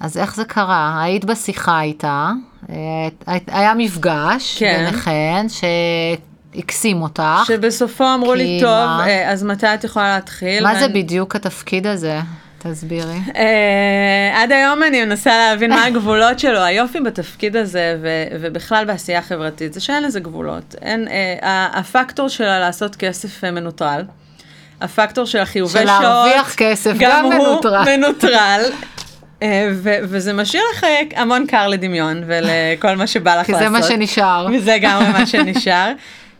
S2: אז איך זה קרה? היית בשיחה איתה, אה, היה מפגש
S3: כן.
S2: ביניכן שהקסים אותך.
S3: שבסופו אמרו לי,
S2: כי
S3: טוב,
S2: מה?
S3: אה, אז מתי את יכולה להתחיל?
S2: מה זה
S3: ואני-
S2: בדיוק התפקיד הזה? תסבירי.
S3: אה, עד היום אני מנסה להבין מה הגבולות שלו. היופי בתפקיד הזה, ו- ובכלל בעשייה חברתית, זה שאין לזה גבולות. אין, אה, ה- הפקטור שלה לעשות כסף אה, מנוטרל. הפקטור של החיובי שעות.
S2: של להרוויח כסף, גם
S3: גם
S2: מנוטרל.
S3: הוא מנוטרל. אה, ו- וזה משאיר לך המון קר לדמיון ולכל מה שבא לך
S2: כי
S3: לעשות.
S2: זה מה שנשאר.
S3: וזה גם מה שנשאר.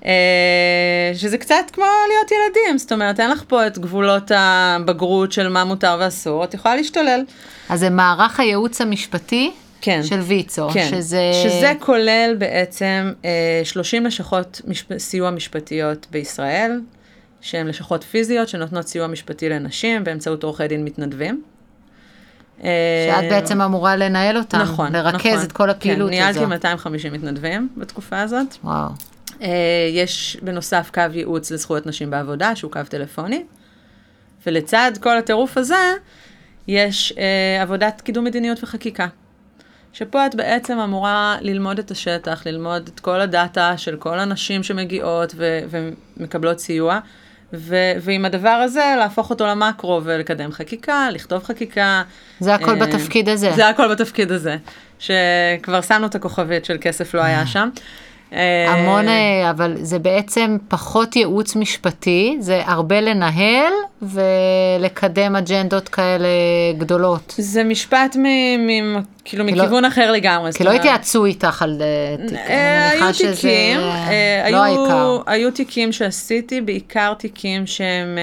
S3: אה, שזה קצת כמו להיות ילדים, זאת אומרת, אין לך פה את גבולות הבגרות של מה מותר ואסור, את יכולה להשתולל.
S2: אז זה מערך הייעוץ המשפטי
S3: כן.
S2: של ויצו,
S3: כן,
S2: שזה...
S3: שזה כולל בעצם אה, 30 לשכות משפ... סיוע משפטיות בישראל, שהן לשכות פיזיות שנותנות סיוע משפטי לנשים באמצעות עורכי דין מתנדבים. אה,
S2: שאת בעצם אמורה לנהל אותם,
S3: נכון,
S2: לרכז
S3: נכון.
S2: את כל הפעילות
S3: כן,
S2: הזו.
S3: ניהלתי 250 מתנדבים בתקופה הזאת.
S2: וואו.
S3: אה, יש בנוסף קו ייעוץ לזכויות נשים בעבודה, שהוא קו טלפוני. ולצד כל הטירוף הזה, יש אה, עבודת קידום מדיניות וחקיקה. שפה את בעצם אמורה ללמוד את השטח, ללמוד את כל הדאטה של כל הנשים שמגיעות ו- ומקבלות סיוע, ו- ועם הדבר הזה להפוך אותו למקרו ולקדם חקיקה, לכתוב חקיקה.
S2: זה הכל
S3: אה,
S2: בתפקיד הזה.
S3: זה הכל בתפקיד הזה, שכבר שמנו את הכוכבית של כסף לא היה שם. אה,
S2: המון, אה, אבל זה בעצם פחות ייעוץ משפטי, זה הרבה לנהל ולקדם אג'נדות כאלה גדולות.
S3: זה משפט מ... מ... כאילו
S2: כי לא-
S3: מכיוון אחר לגמרי.
S2: כי
S3: זאת
S2: לא
S3: אומרת,
S2: התייעצו איתך על אה, תיק,
S3: אה,
S2: אני
S3: היו
S2: מניחה שזה
S3: תיקים, אה,
S2: לא
S3: היו-
S2: העיקר.
S3: היו תיקים שעשיתי, בעיקר תיקים שהם אה,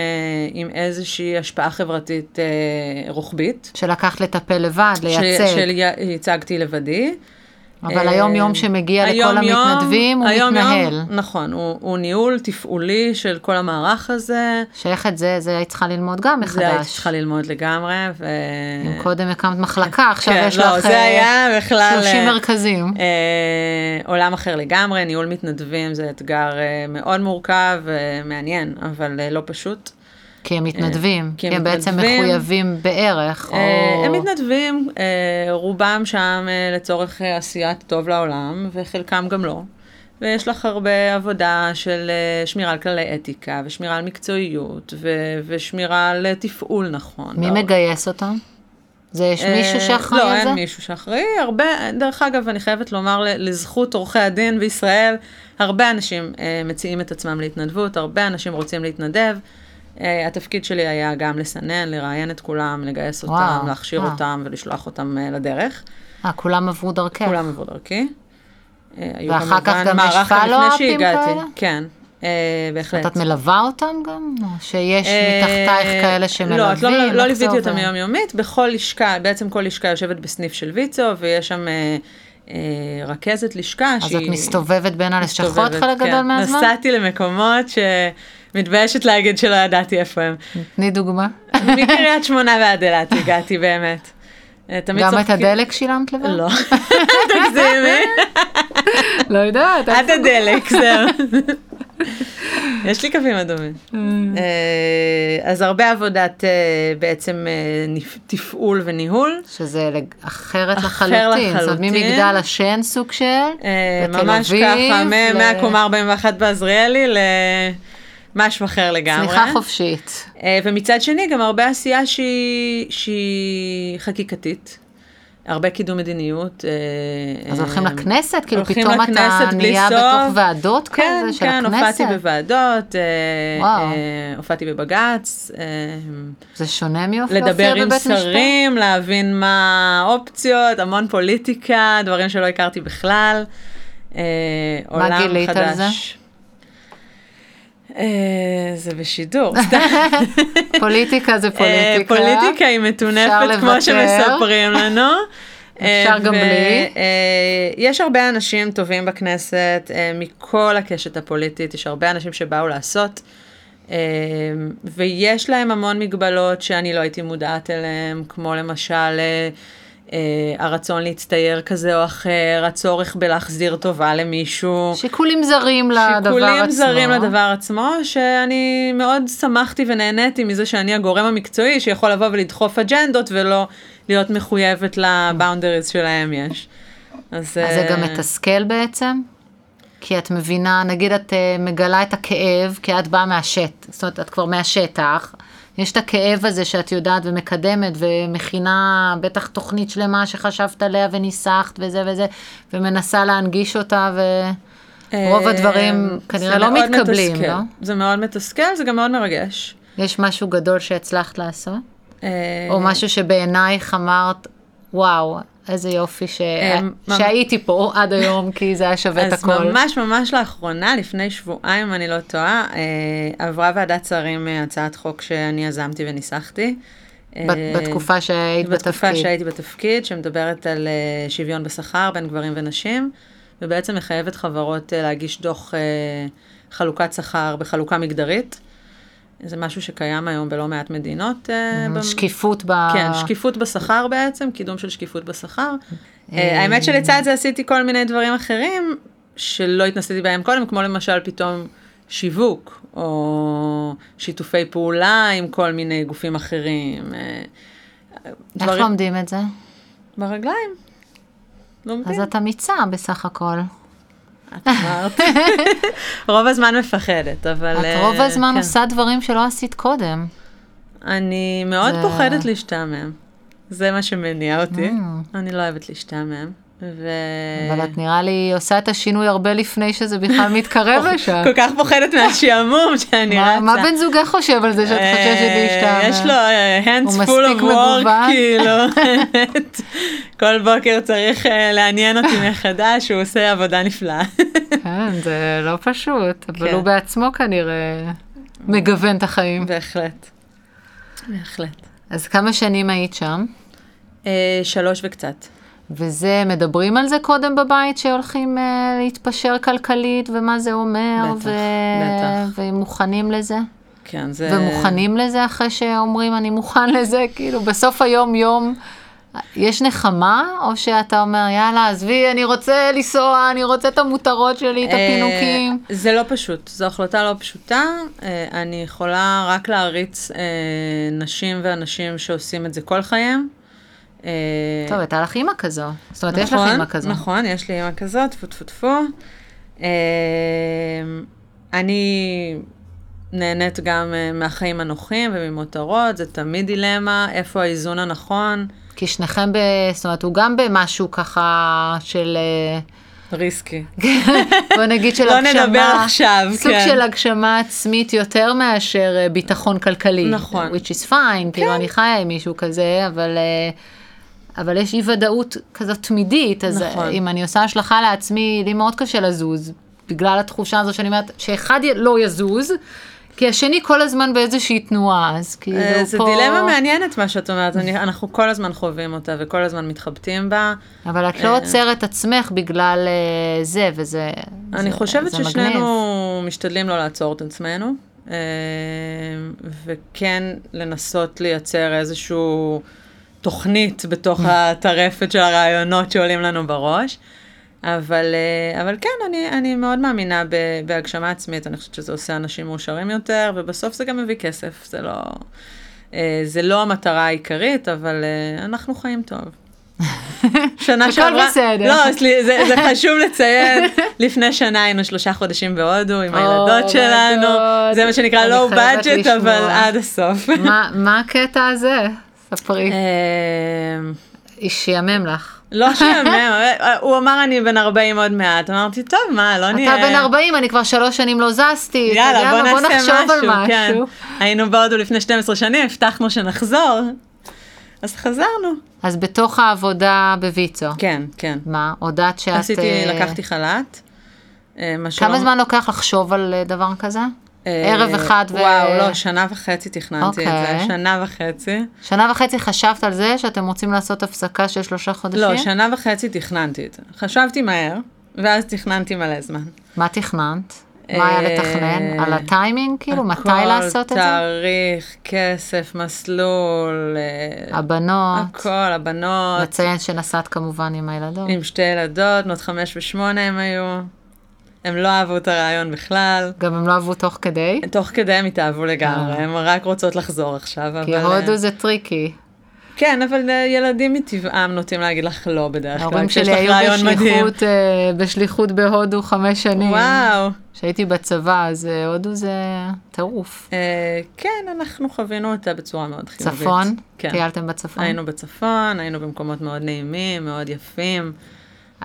S3: עם איזושהי השפעה חברתית אה, רוחבית.
S2: שלקחת לטפל לבד,
S3: ש-
S2: לייצג,
S3: שהצגתי לבדי.
S2: אבל
S3: אה,
S2: היום יום שמגיע לכל
S3: היום-יום-
S2: המתנדבים הוא
S3: היום-יום,
S2: מתנהל.
S3: נכון, הוא הוא ניהול תפעולי של כל המערך הזה.
S2: שאיך את זה, זה היית צריכה ללמוד גם
S3: זה הייתי
S2: מחדש.
S3: צריכה ללמוד לגמרי. ו-
S2: אם קודם הקמת מחלקה, עכשיו
S3: כן,
S2: יש
S3: לא,
S2: לך
S3: זה
S2: אה,
S3: היה בכלל...
S2: 30
S3: אה,
S2: מרכזים.
S3: אה, עולם אחר לגמרי, ניהול מתנדבים זה אתגר אה, מאוד מורכב, אה, מעניין, אבל אה, לא פשוט.
S2: כי הם מתנדבים,
S3: אה, כי
S2: כי
S3: הם
S2: הם בעצם
S3: מתנדבים.
S2: מחויבים בערך, או...
S3: אה, הם מתנדבים, אה, רובם שם אה, לצורך אה, עשיית טוב לעולם, וחלקם גם לא. ויש לך הרבה עבודה של אה, שמירה על כללי אתיקה, ושמירה על מקצועיות, ו- ושמירה על אה, תפעול נכון.
S2: מי
S3: לא-
S2: מגייס אותם? זה יש מישהו
S3: אה,
S2: שאחראי
S3: לא,
S2: על זה?
S3: אין מישהו שאחראי. הרבה, דרך אגב, אני חייבת לומר ל- לזכות עורכי הדין בישראל, הרבה אנשים אה, מציעים את עצמם להתנדבות, הרבה אנשים רוצים להתנדב. אה, התפקיד שלי היה גם לסנן, לראיין את כולם, לגייס אותם,
S2: וואו,
S3: להכשיר
S2: אה.
S3: אותם ולשלח אותם אה, לדרך.
S2: אה, כולם עברו דרכך.
S3: כולם עברו דרכי. אה, היו
S2: ואחר
S3: כמובן
S2: כך גם יש
S3: מערך
S2: follow-upים
S3: לפני שהגעתי.
S2: כאלה?
S3: כן, אה, בהחלט.
S2: את מלווה אותם גם? או שיש
S3: אה,
S2: מתחתייך כאלה שמלווים?
S3: לא, את לא,
S2: איך
S3: לא
S2: זה
S3: ליוויתי אותם
S2: עובד?
S3: יומיומית. בכל לשכה, בעצם כל לשכה יושבת בסניף של ויצו, ויש שם אה, אה, רכזת לשכה
S2: אז
S3: שהיא...
S2: את מסתובבת בין הלשכות
S3: מסתובבת,
S2: חלק גדול
S3: כן.
S2: מהזמן?
S3: נסעתי למקומות שמתביישת להגיד שלא ידעתי איפה הם.
S2: תני דוגמה.
S3: מקריית שמונה ועד אילת הגעתי באמת. אה, תמיד
S2: גם את
S3: צוחקים-
S2: הדלק שילמת לבד?
S3: לא. תגזימי.
S2: לא יודעת.
S3: את הדלק, זהו. יש לי קווים אדומים.
S2: Mm.
S3: אה, אז הרבה עבודת אה, בעצם אה, נפ- תפעול וניהול.
S2: שזה לג- אחרת
S3: אחר
S2: לחלוטין. זאת אומרת,
S3: לחלוטין.
S2: ממגדל השן סוג של,
S3: אה,
S2: בתל
S3: ממש
S2: אביב,
S3: ככה,
S2: ל-
S3: מ- מהקומה 41 בעזריאלי למשהו אחר לגמרי.
S2: צניחה חופשית.
S3: אה, ומצד שני, גם הרבה עשייה שהיא, שהיא חקיקתית. הרבה קידום מדיניות. אה,
S2: אז
S3: אה,
S2: הולכים לכנסת? כאילו
S3: הולכים
S2: פתאום אתה
S3: לכנסת בלי
S2: נהיה
S3: סוף.
S2: בתוך ועדות כזה של
S3: כן, כן,
S2: הכנסת?
S3: הופעתי בוועדות, אה,
S2: וואו.
S3: אה, הופעתי בבג"ץ, אה,
S2: זה שונה מיופי
S3: לדבר
S2: אופיר
S3: עם
S2: בבית משפט?
S3: שרים, להבין מה האופציות, המון פוליטיקה, דברים שלא הכרתי בכלל. אה, עולם חדש.
S2: גילית על זה?
S3: אה, זה בשידור. סתם.
S2: פוליטיקה זה
S3: אה,
S2: פוליטיקה.
S3: פוליטיקה היא
S2: אפשר
S3: מטונפת כמו
S2: לוותר.
S3: שמספרים לנו.
S2: אפשר
S3: אה,
S2: גם
S3: ו-
S2: בלי.
S3: אה, יש הרבה אנשים טובים בכנסת אה, מכל הקשת הפוליטית, יש הרבה אנשים שבאו לעשות, אה, ויש להם המון מגבלות שאני לא הייתי מודעת אליהן, כמו למשל אה, אה, הרצון להצטייר כזה או אחר, הצורך בלהחזיר טובה למישהו.
S2: שיקולים זרים לדבר עצמו.
S3: שיקולים זרים לדבר עצמו, שאני מאוד שמחתי ונהניתי מזה שאני הגורם המקצועי שיכול לבוא ולדחוף אג'נדות ולא להיות מחויבת לבאונדריז שלהם יש. אז,
S2: אז זה
S3: אה,
S2: גם מתסכל בעצם? כי את מבינה, נגיד את אה, מגלה את הכאב, כי את באה מהשטח, זאת אומרת, את כבר מהשטח. יש את הכאב הזה שאת יודעת ומקדמת ומכינה בטח תוכנית שלמה שחשבת עליה וניסחת וזה וזה, ומנסה להנגיש אותה ו... רוב
S3: אה,
S2: הדברים כנראה
S3: זה
S2: לא
S3: מאוד
S2: מתקבלים,
S3: מתסכל.
S2: לא?
S3: זה מאוד מתסכל, זה גם מאוד מרגש.
S2: יש משהו גדול שהצלחת לעשות?
S3: אה,
S2: או משהו שבעינייך אמרת, וואו, איזה יופי ש... אה,
S3: אמ, ממ-
S2: שהייתי פה עד היום, כי זה היה שווה את
S3: אז
S2: הכל.
S3: ממש ממש לאחרונה, לפני שבועיים, אם אני לא טועה, אה, עברה ועדת שרים אה, הצעת חוק שאני יזמתי וניסחתי.
S2: בת-
S3: אה,
S2: בתקופה שהיית
S3: בתקופה
S2: בתפקיד.
S3: שהייתי בתפקיד, שמדברת על אה, שוויון בשכר בין גברים ונשים, ובעצם מחייבת חברות אה, להגיש דוח אה, חלוקת שכר בחלוקה מגדרית. זה משהו שקיים היום בלא מעט מדינות. אה, במ-
S2: שקיפות ב...
S3: כן, שקיפות בשכר בעצם, קידום של שקיפות בשכר. אה, האמת שלצד זה עשיתי כל מיני דברים אחרים שלא התנסיתי בהם קודם, כמו למשל פתאום שיווק, או שיתופי פעולה עם כל מיני גופים אחרים. אה,
S2: איך
S3: דברים-
S2: לומדים את זה?
S3: ברגליים. לא לומדים.
S2: אז את אמיצה בסך הכל.
S3: את אמרת. רוב הזמן מפחדת, אבל...
S2: את
S3: אה,
S2: רוב הזמן
S3: כן.
S2: עושה דברים שלא עשית קודם.
S3: אני מאוד
S2: זה-
S3: פוחדת להשתעמם. זה מה שמניע אותי. אני לא אוהבת להשתעמם. ו...
S2: אה.
S3: אה.
S2: אבל את נראה לי עושה את השינוי הרבה לפני שזה בכלל מתקרב לשם.
S3: כל כך פוחדת מהשעמום שאני
S2: מה-
S3: רצה.
S2: מה בן זוגך חושב על זה שאת חוששת
S3: אה,
S2: להשתעמם?
S3: יש לו אה,
S2: הוא
S3: hands full
S2: מספיק
S3: of work,
S2: מגוון.
S3: כאילו, באמת. כל בוקר צריך אה, לעניין אותי מחדש, הוא עושה עבודה נפלאה.
S2: כן, זה לא פשוט, אבל
S3: כן.
S2: הוא בעצמו כנראה מגוון את החיים.
S3: בהחלט. בהחלט.
S2: אז כמה שנים היית שם?
S3: אה, שלוש וקצת.
S2: וזה, מדברים על זה קודם בבית, שהולכים אה, להתפשר כלכלית, ומה זה אומר,
S3: בטח,
S2: ו...
S3: בטח.
S2: ומוכנים לזה?
S3: כן, זה...
S2: ומוכנים לזה אחרי שאומרים אני מוכן לזה? כאילו, בסוף היום-יום, יש נחמה, או שאתה אומר, יאללה, עזבי, אני רוצה לנסוע, אני רוצה את המותרות שלי, את הפינוקים?
S3: אה, זה לא פשוט, זו החלטה לא פשוטה. אה, אני יכולה רק להעריץ אה, נשים ואנשים שעושים את זה כל חייהם. אה,
S2: טוב, הייתה לך אימא כזו. זאת אומרת, יש לך אימא כזו.
S3: נכון, יש לי אימא כזאת, טפו טפו טפו. אה, אני נהנית גם אה, מהחיים הנוחים וממותרות, זה תמיד דילמה, איפה האיזון הנכון.
S2: כי שניכם, ב... זאת אומרת, הוא גם במשהו ככה של, אה,
S3: ריסקי.
S2: בוא נגיד של
S3: לא
S2: הגשמה.
S3: נדבר עכשיו,
S2: סוג
S3: כן.
S2: של הגשמה עצמית יותר מאשר אה, ביטחון כלכלי.
S3: נכון.
S2: which is fine, כן. כאילו אני חיה עם מישהו כזה, אבל... אה, אבל יש אי ודאות כזאת תמידית, אז
S3: נכון.
S2: נכון. אם אני עושה השלכה לעצמי, לי מאוד קשה לזוז, בגלל התחושה הזו שאני אומרת, שאחד י- לא יזוז, כי השני כל הזמן באיזושהי תנועה, אז כאילו
S3: אה,
S2: פה...
S3: זה דילמה מעניינת מה שאת אומרת, אני- אנחנו כל הזמן חווים אותה וכל הזמן מתחבטים בה.
S2: אבל את
S3: אה.
S2: לא עוצרת עצמך בגלל אה, זה, וזה...
S3: אני
S2: זה-
S3: חושבת
S2: זה מגניב.
S3: ששנינו משתדלים לא לעצור את עצמנו. אה, וכן לנסות לייצר איזושהי תוכנית בתוך הטרפת של הרעיונות שעולים לנו בראש. אבל, אה, אבל כן, אני, אני מאוד מאמינה ב, בהגשמה עצמית, אני חושבת שזה עושה אנשים מאושרים יותר, ובסוף זה גם מביא כסף, זה לא, אה, זה לא המטרה העיקרית, אבל אה, אנחנו חיים טוב. שנה
S2: הכל בסדר.
S3: לא, סלי, זה, זה חשוב לציין, לפני שנה היינו שלושה חודשים בהודו עם
S2: Oh
S3: הילדות
S2: my
S3: שלנו,
S2: God.
S3: זה מה שנקרא
S2: אני
S3: low
S2: חייבת
S3: budget,
S2: לשמוע.
S3: אבל עד הסוף.
S2: מה- מה הקטע הזה? ספרי.
S3: אה,
S2: שיאמם לך.
S3: לא שיאמם, הוא אמר אני בן 40 עוד מעט, אמרתי טוב מה לא נהיה.
S2: אתה בן 40, אני כבר שלוש שנים לא זזתי. אתה יודע
S3: יאללה בוא
S2: מה?
S3: נעשה משהו,
S2: נחשוב על
S3: כן.
S2: משהו.
S3: היינו בהודו לפני 12 שנים, הבטחנו שנחזור, אז חזרנו.
S2: אז בתוך העבודה בוויצו,
S3: כן, כן.
S2: מה, הודעת שאת...
S3: עשיתי,
S2: אה,
S3: לקחתי חל"ת. אה, מה שלא-
S2: כמה זמן לוקח לחשוב על אה, דבר כזה?
S3: אה,
S2: ערב אחד ו-
S3: וואו, לא, שנה וחצי תכננתי את
S2: אוקיי.
S3: זה, שנה וחצי.
S2: שנה וחצי חשבת על זה שאתם רוצים לעשות הפסקה של שלושה חודשים?
S3: לא, שנה וחצי תכננתי את זה. חשבתי מהר, ואז תכננתי מלא זמן.
S2: מה תכננת? מה היה
S3: אה,
S2: לתכנן? על הטיימינג? כאילו, מתי
S3: הכל,
S2: לעשות את זה?
S3: תאריך, כסף, מסלול, אה,
S2: הבנות,
S3: הכל, הבנות,
S2: לציין שנסעת כמובן עם הילדות.
S3: עם שתי ילדות, בנות חמש ושמונה הם היו. הם לא אהבו את הרעיון בכלל.
S2: גם הם לא אהבו תוך כדי,
S3: תוך כדי הם התאהבו לגמרי,
S2: אה.
S3: הן רק רוצות לחזור עכשיו, אבל... אה,
S2: כי הודו זה טריקי.
S3: כן, אבל אה, ילדים מטבעם נוטים להגיד לך לא בדרך כלל.
S2: ההורים
S3: כשיש
S2: שלי
S3: לך
S2: היו
S3: רעיון מדהים.
S2: בשליחות, אה, בשליחות בהודו חמש שנים.
S3: וואו.
S2: כשהייתי בצבא, אז אה, הודו זה טירוף.
S3: אה, כן, אנחנו חווינו אותה בצורה מאוד חיובית.
S2: צפון?
S3: כן.
S2: טיילתם בצפון?
S3: היינו בצפון, היינו במקומות מאוד נעימים, מאוד יפים.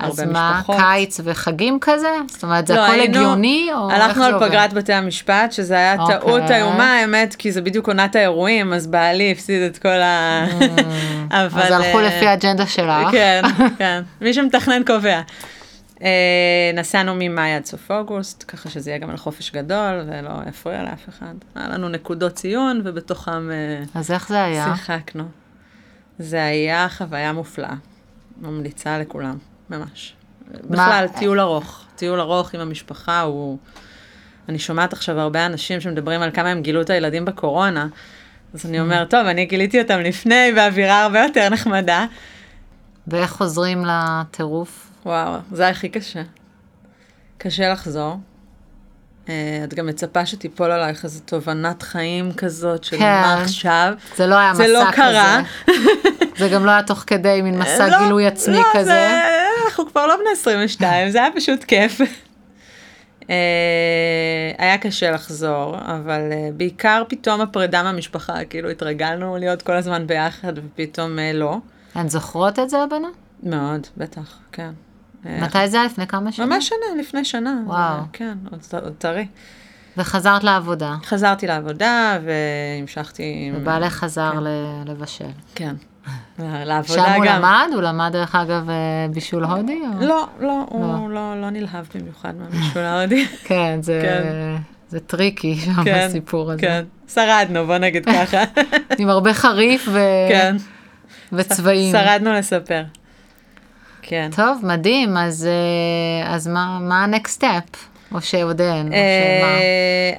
S2: אז
S3: הרבה
S2: מה,
S3: משפחות.
S2: קיץ וחגים כזה? זאת אומרת, זה
S3: לא,
S2: הכל
S3: היינו-
S2: הגיוני? או איך
S3: הלכנו
S2: זה
S3: על
S2: עובד?
S3: פגרת בתי המשפט, שזה היה
S2: אוקיי.
S3: טעות איומה, האמת, כי זה בדיוק עונת האירועים, אז בעלי הפסיד את כל ה... אבל...
S2: Mm. אז הלכו
S3: אה,
S2: לפי האג'נדה שלך.
S3: כן, כן. מי שמתכנן קובע. אה, נסענו ממאי עד סוף אוגוסט, ככה שזה יהיה גם על חופש גדול, ולא יפריע לאף אחד. היה לנו נקודות ציון, ובתוכם אה,
S2: אז איך זה היה?
S3: שיחקנו. זה היה חוויה מופלאה. ממליצה לכולם, ממש. בכלל, טיול ארוך. טיול ארוך עם המשפחה הוא... אני שומעת עכשיו הרבה אנשים שמדברים על כמה הם גילו את הילדים בקורונה, אז אני אומרת, טוב, אני גיליתי אותם לפני, באווירה הרבה יותר נחמדה.
S2: ואיך חוזרים לטירוף?
S3: וואו, זה הכי קשה. קשה לחזור. אה, את גם מצפה שתיפול עלייך איזו תובנת חיים כזאת של
S2: כן.
S3: מה עכשיו.
S2: זה לא היה מסע
S3: זה
S2: כזה.
S3: לא קרה.
S2: זה גם לא היה תוך כדי מין מסע
S3: לא,
S2: גילוי עצמי
S3: לא,
S2: כזה.
S3: זה- אנחנו כבר לא בני 22, זה היה פשוט כיף. אה, היה קשה לחזור, אבל אה, בעיקר פתאום הפרידה מהמשפחה, כאילו התרגלנו להיות כל הזמן ביחד ופתאום אה, לא.
S2: הן זוכרות את זה, הבנות?
S3: מאוד, בטח, כן. אה,
S2: מתי זה היה? לפני כמה שנים?
S3: ממש שנה, לפני שנה.
S2: וואו.
S3: כן, עוד עוד טרי.
S2: וחזרת לעבודה.
S3: חזרתי לעבודה והמשכתי עם...
S2: ובעלך חזר ל- לבשל.
S3: כן. ל- לעבודה
S2: שם
S3: גם.
S2: הוא למד? הוא למד דרך אגב אה, בישול הודי? או-
S3: לא, לא, הוא לא, לא נלהב במיוחד מהמישול ההודי.
S2: כן, זה...
S3: כן.
S2: זה טריקי שם
S3: כן,
S2: הסיפור הזה.
S3: כן. שרדנו, בוא נגיד ככה.
S2: כן. עם הרבה חריף ו...
S3: כן.
S2: וצבעים.
S3: שרדנו לספר. כן.
S2: טוב, מדהים, אז, אה, אז מה, מה ה-next step? או שעוד אין, או שמה?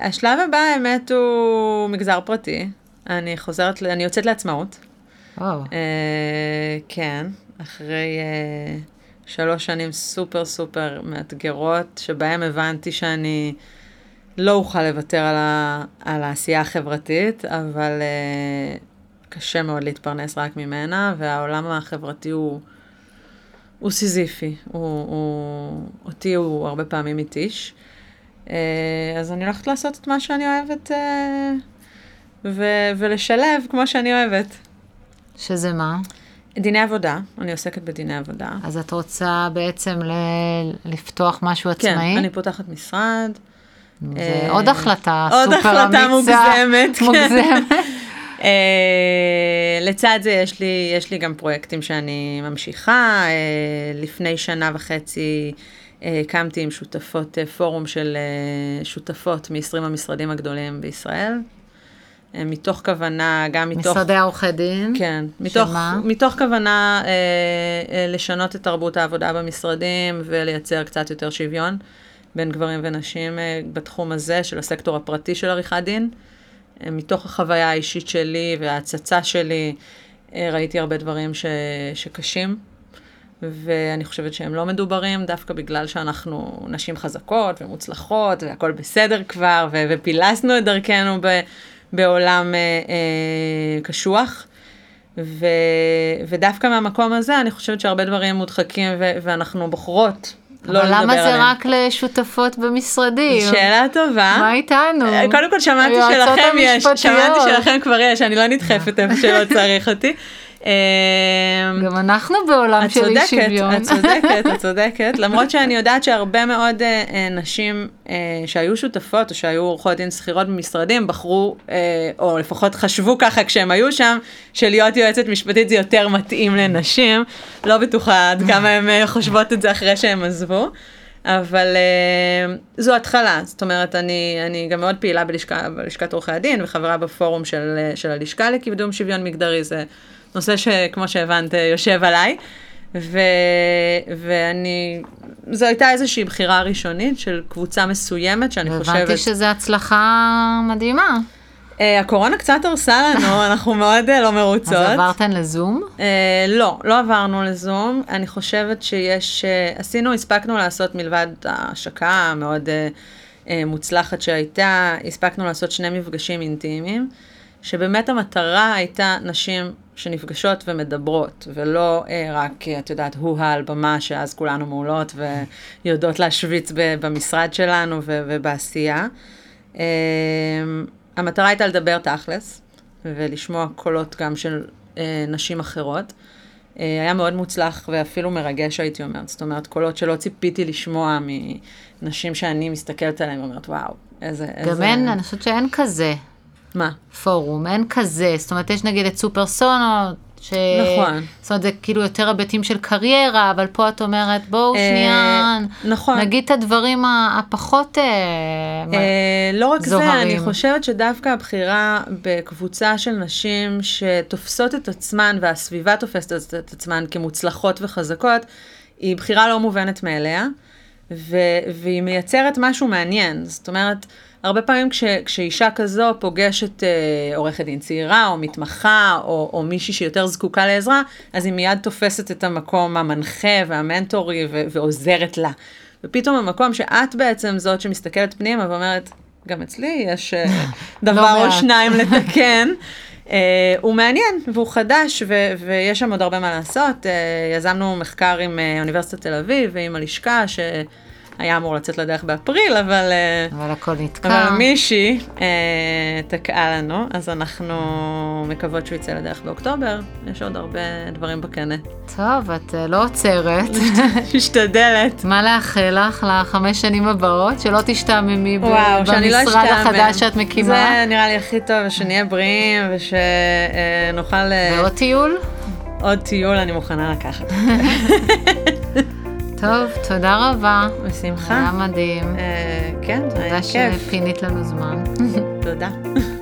S3: אה, השלב הבא, האמת, הוא מגזר פרטי. אני חוזרת, ל- אני יוצאת לעצמאות.
S2: וואו,
S3: אה, כן, אחרי אה, שלוש שנים סופר סופר מאתגרות, שבהם הבנתי שאני לא אוכל לוותר על, ה, על העשייה החברתית, אבל אה, קשה מאוד להתפרנס רק ממנה, והעולם החברתי הוא, הוא סיזיפי, הוא, הוא, אותי הוא הרבה פעמים מתיש. אה, אז אני הולכת לעשות את מה שאני אוהבת אה, ו, ולשלב כמו שאני אוהבת.
S2: שזה מה?
S3: דיני עבודה, אני עוסקת בדיני עבודה.
S2: אז את רוצה בעצם ל... לפתוח משהו
S3: כן,
S2: עצמאי?
S3: אני פותחת משרד.
S2: זה
S3: אה,
S2: עוד החלטה
S3: עוד
S2: סופר
S3: החלטה
S2: אמיצה.
S3: מוגזמת, כן.
S2: מוגזמת.
S3: אה, לצד זה יש לי, יש לי גם פרויקטים שאני ממשיכה. אה, לפני שנה וחצי אה, הקמתי עם שותפות אה, פורום של אה, שותפות מ-20 המשרדים הגדולים בישראל. אה, מתוך כוונה, גם מתוך...
S2: משרדי עורכי דין.
S3: כן, מתוך,
S2: שמה?
S3: מתוך כוונה אה, אה, לשנות את תרבות העבודה במשרדים ולייצר קצת יותר שוויון בין גברים ונשים אה, בתחום הזה של הסקטור הפרטי של עריכת דין. אה, מתוך החוויה האישית שלי וההצצה שלי, אה, ראיתי הרבה דברים ש... שקשים, ואני חושבת שהם לא מדוברים, דווקא בגלל שאנחנו נשים חזקות ומוצלחות, והכול בסדר כבר, ו... ופילסנו את דרכנו ב... בעולם אה, אה, קשוח. ו... ודווקא מהמקום הזה, אני חושבת שהרבה דברים מודחקים ו... ואנחנו בוחרות לא
S2: אבל
S3: לדבר עליהם.
S2: למה זה רק לשותפות במשרדים?
S3: שאלה טובה.
S2: מה איתנו?
S3: אה, קודם כל שמעתי
S2: היועצות
S3: שלכם יש,
S2: המשפטיות.
S3: שמעתי שלכם כבר יש, אני לא נדחפת איפה שלא צריך אותי. אה,
S2: גם אנחנו בעולם
S3: את
S2: של אי
S3: צודקת,
S2: שוויון.
S3: את צודקת, את צודקת, למרות שאני יודעת שהרבה מאוד אה, אה, נשים אה, שהיו שותפות או שהיו עורכות דין שכירות במשרדים בחרו, אה, או לפחות חשבו ככה כשהם היו שם, שלהיות יועצת משפטית זה יותר מתאים לנשים, לא בטוחה עד כמה הן אה, חושבות את זה אחרי שהן עזבו. אבל אה, זו התחלה, זאת אומרת, אני, אני גם מאוד פעילה בלשכה, בלשכת עורכי הדין וחברה בפורום של, אה, של הלשכה לקידום שוויון מגדרי, זה נושא שכמו שהבנת אה, יושב עליי. ו, ואני, זו הייתה איזושהי בחירה ראשונית של קבוצה מסוימת שאני
S2: הבנתי
S3: חושבת...
S2: שזו הצלחה מדהימה.
S3: אה, הקורונה קצת הרסה לנו, אנחנו מאוד אה, לא מרוצות.
S2: אז עברתן לזום?
S3: אה, לא, לא עברנו לזום. אני חושבת שיש, אה, עשינו, הספקנו לעשות מלבד ההשקה המאוד אה, אה, מוצלחת שהייתה, הספקנו לעשות שני מפגשים אינטימיים, שבאמת המטרה הייתה נשים שנפגשות ומדברות, ולא אה, רק, אה, את יודעת, הוא-הא על במה, שאז כולנו מעולות ויודעות להשוויץ ב- במשרד שלנו ו- ובעשייה. אה, המטרה הייתה לדבר תכלס, ולשמוע קולות גם של אה, נשים אחרות. אה, היה מאוד מוצלח ואפילו מרגש, הייתי אומרת. זאת אומרת, קולות שלא ציפיתי לשמוע מנשים שאני מסתכלת עליהן ואומרת, וואו, איזה...
S2: גם
S3: איזה...
S2: אין, אני חושבת שאין כזה
S3: מה?
S2: פורום, אין כזה. זאת אומרת, יש נגיד את סופרסונות. ש...
S3: נכון.
S2: זאת אומרת, זה כאילו יותר היבטים של קריירה, אבל פה את אומרת, בואו
S3: אה,
S2: שנייה,
S3: נכון.
S2: נגיד את הדברים ה- הפחות... אה, מה-
S3: אה, לא רק זה,
S2: זוהרים.
S3: אני חושבת שדווקא הבחירה בקבוצה של נשים שתופסות את עצמן והסביבה תופסת את- את עצמן כמוצלחות וחזקות, היא בחירה לא מובנת מאליה, ו- והיא מייצרת משהו מעניין. זאת אומרת, הרבה פעמים כש- כשאישה כזו פוגשת אה, עורכת דין צעירה, או מתמחה, או, או מישהי שיותר זקוקה לעזרה, אז היא מיד תופסת את המקום המנחה והמנטורי ו- ועוזרת לה. ופתאום המקום שאת בעצם זאת שמסתכלת פנימה ואומרת, גם אצלי יש אה, דבר
S2: לא
S3: או
S2: מעט."
S3: שניים לתקן, אה, הוא מעניין והוא חדש ו- ויש שם עוד הרבה מה לעשות. אה, יזמנו מחקר עם אה, אוניברסיטת תל אביב ועם הלשכה שהיה אמור לצאת לדרך באפריל, אבל... אה,
S2: אבל הכל נתקע.
S3: אבל מישהי אה, תקעה לנו, אז אנחנו מקוות שהוא יצא לדרך באוקטובר. יש עוד הרבה דברים בקנה.
S2: טוב, את אה, לא עוצרת.
S3: משתדלת.
S2: מה לאחל לך לחמש שנים הבאות? שלא תשתעממי ב-
S3: וואו, שאני לא
S2: במשרד
S3: אשתעמם.
S2: החדש שאת מקימה.
S3: זה נראה לי הכי טוב, שנהיה בריאים ושנוכל אה,
S2: ועוד טיול?
S3: עוד טיול, אני מוכנה לקחת.
S2: טוב, תודה רבה. היה
S3: בשמחה.
S2: מדהים.
S3: אה, כן, זה היה
S2: תודה
S3: כיף.
S2: שפינית לנו זמן.
S3: תודה.